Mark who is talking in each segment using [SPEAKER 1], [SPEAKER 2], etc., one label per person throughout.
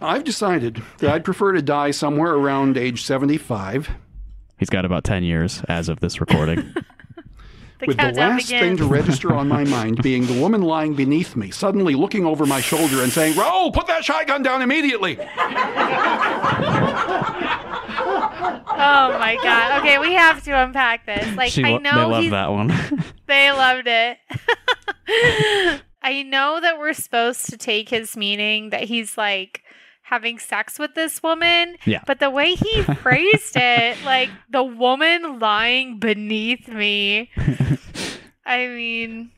[SPEAKER 1] I've decided that I'd prefer to die somewhere around age 75.
[SPEAKER 2] He's got about 10 years as of this recording.
[SPEAKER 3] The
[SPEAKER 1] with the
[SPEAKER 3] countdown
[SPEAKER 1] last
[SPEAKER 3] begins.
[SPEAKER 1] thing to register on my mind being the woman lying beneath me, suddenly looking over my shoulder and saying, Raul, put that shotgun down immediately.
[SPEAKER 3] Oh my god. Okay, we have to unpack this. Like
[SPEAKER 2] She
[SPEAKER 3] I
[SPEAKER 2] lo-
[SPEAKER 3] know
[SPEAKER 2] they love
[SPEAKER 3] he's-
[SPEAKER 2] that one.
[SPEAKER 3] They loved it. I know that we're supposed to take his meaning that he's like having sex with this woman.
[SPEAKER 2] Yeah.
[SPEAKER 3] But the way he phrased it, like the woman lying beneath me. I mean,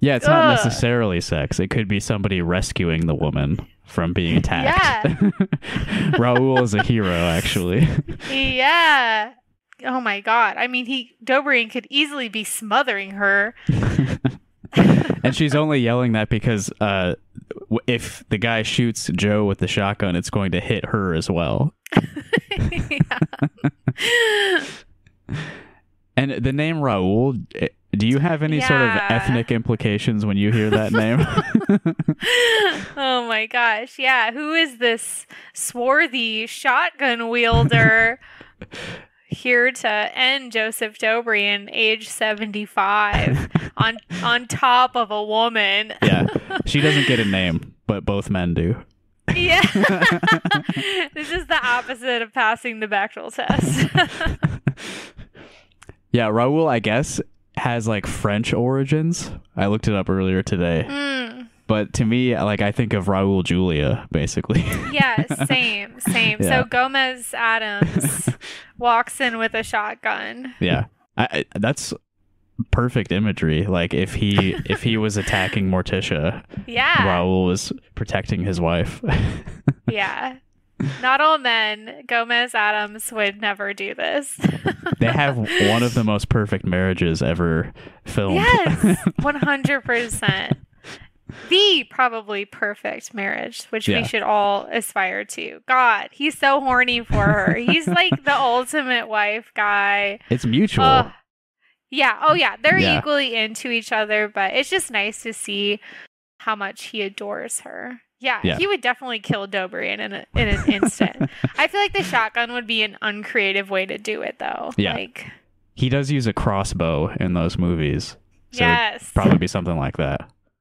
[SPEAKER 2] yeah, it's not
[SPEAKER 3] Ugh.
[SPEAKER 2] necessarily sex. It could be somebody rescuing the woman from being attacked. Raul is a hero, actually.
[SPEAKER 3] yeah. Oh my god. I mean, he Dobrin could easily be smothering her.
[SPEAKER 2] and she's only yelling that because uh, w- if the guy shoots Joe with the shotgun, it's going to hit her as well.
[SPEAKER 3] Yeah.
[SPEAKER 2] And the name Raul, eh, do you have any sort of
[SPEAKER 3] Yeah.
[SPEAKER 2] ethnic implications when you hear that name?
[SPEAKER 3] oh my gosh. Yeah. Who is this swarthy shotgun wielder here to end Joseph Dobrian, age 75, on, on top of a woman?
[SPEAKER 2] yeah. She doesn't get a name, but both men do.
[SPEAKER 3] Yeah. this is the opposite of passing the Bechtel test.
[SPEAKER 2] Yeah, Raul, I guess, has like French origins. I looked it up earlier today.
[SPEAKER 3] Mm.
[SPEAKER 2] But to me, like, I think of Raul Julia, basically.
[SPEAKER 3] Yeah, same, same.
[SPEAKER 2] Yeah.
[SPEAKER 3] So Gomez Adams walks in with a shotgun.
[SPEAKER 2] yeah. I, I, that's perfect imagery. Like, if he if he was attacking Morticia,
[SPEAKER 3] Yeah.
[SPEAKER 2] Raul was protecting his wife.
[SPEAKER 3] yeah. Not all men. Gomez Adams would never do this.
[SPEAKER 2] they have one of the most perfect marriages ever filmed.
[SPEAKER 3] yes, 100%. The probably perfect marriage, which
[SPEAKER 2] Yeah.
[SPEAKER 3] we should all aspire to. God, he's so horny for her. He's like the ultimate wife guy.
[SPEAKER 2] It's mutual.
[SPEAKER 3] Ugh. Uh, yeah. Oh, yeah. They're
[SPEAKER 2] Yeah.
[SPEAKER 3] equally into each other, but it's just nice to see how much he adores her. Yeah,
[SPEAKER 2] Yeah.
[SPEAKER 3] he would definitely kill Dobry in an, in an instant. I feel like the shotgun would be an uncreative way to do it, though.
[SPEAKER 2] Yeah.
[SPEAKER 3] Like,
[SPEAKER 2] he does use a crossbow in those movies. So it'd
[SPEAKER 3] yes.
[SPEAKER 2] probably be something like that.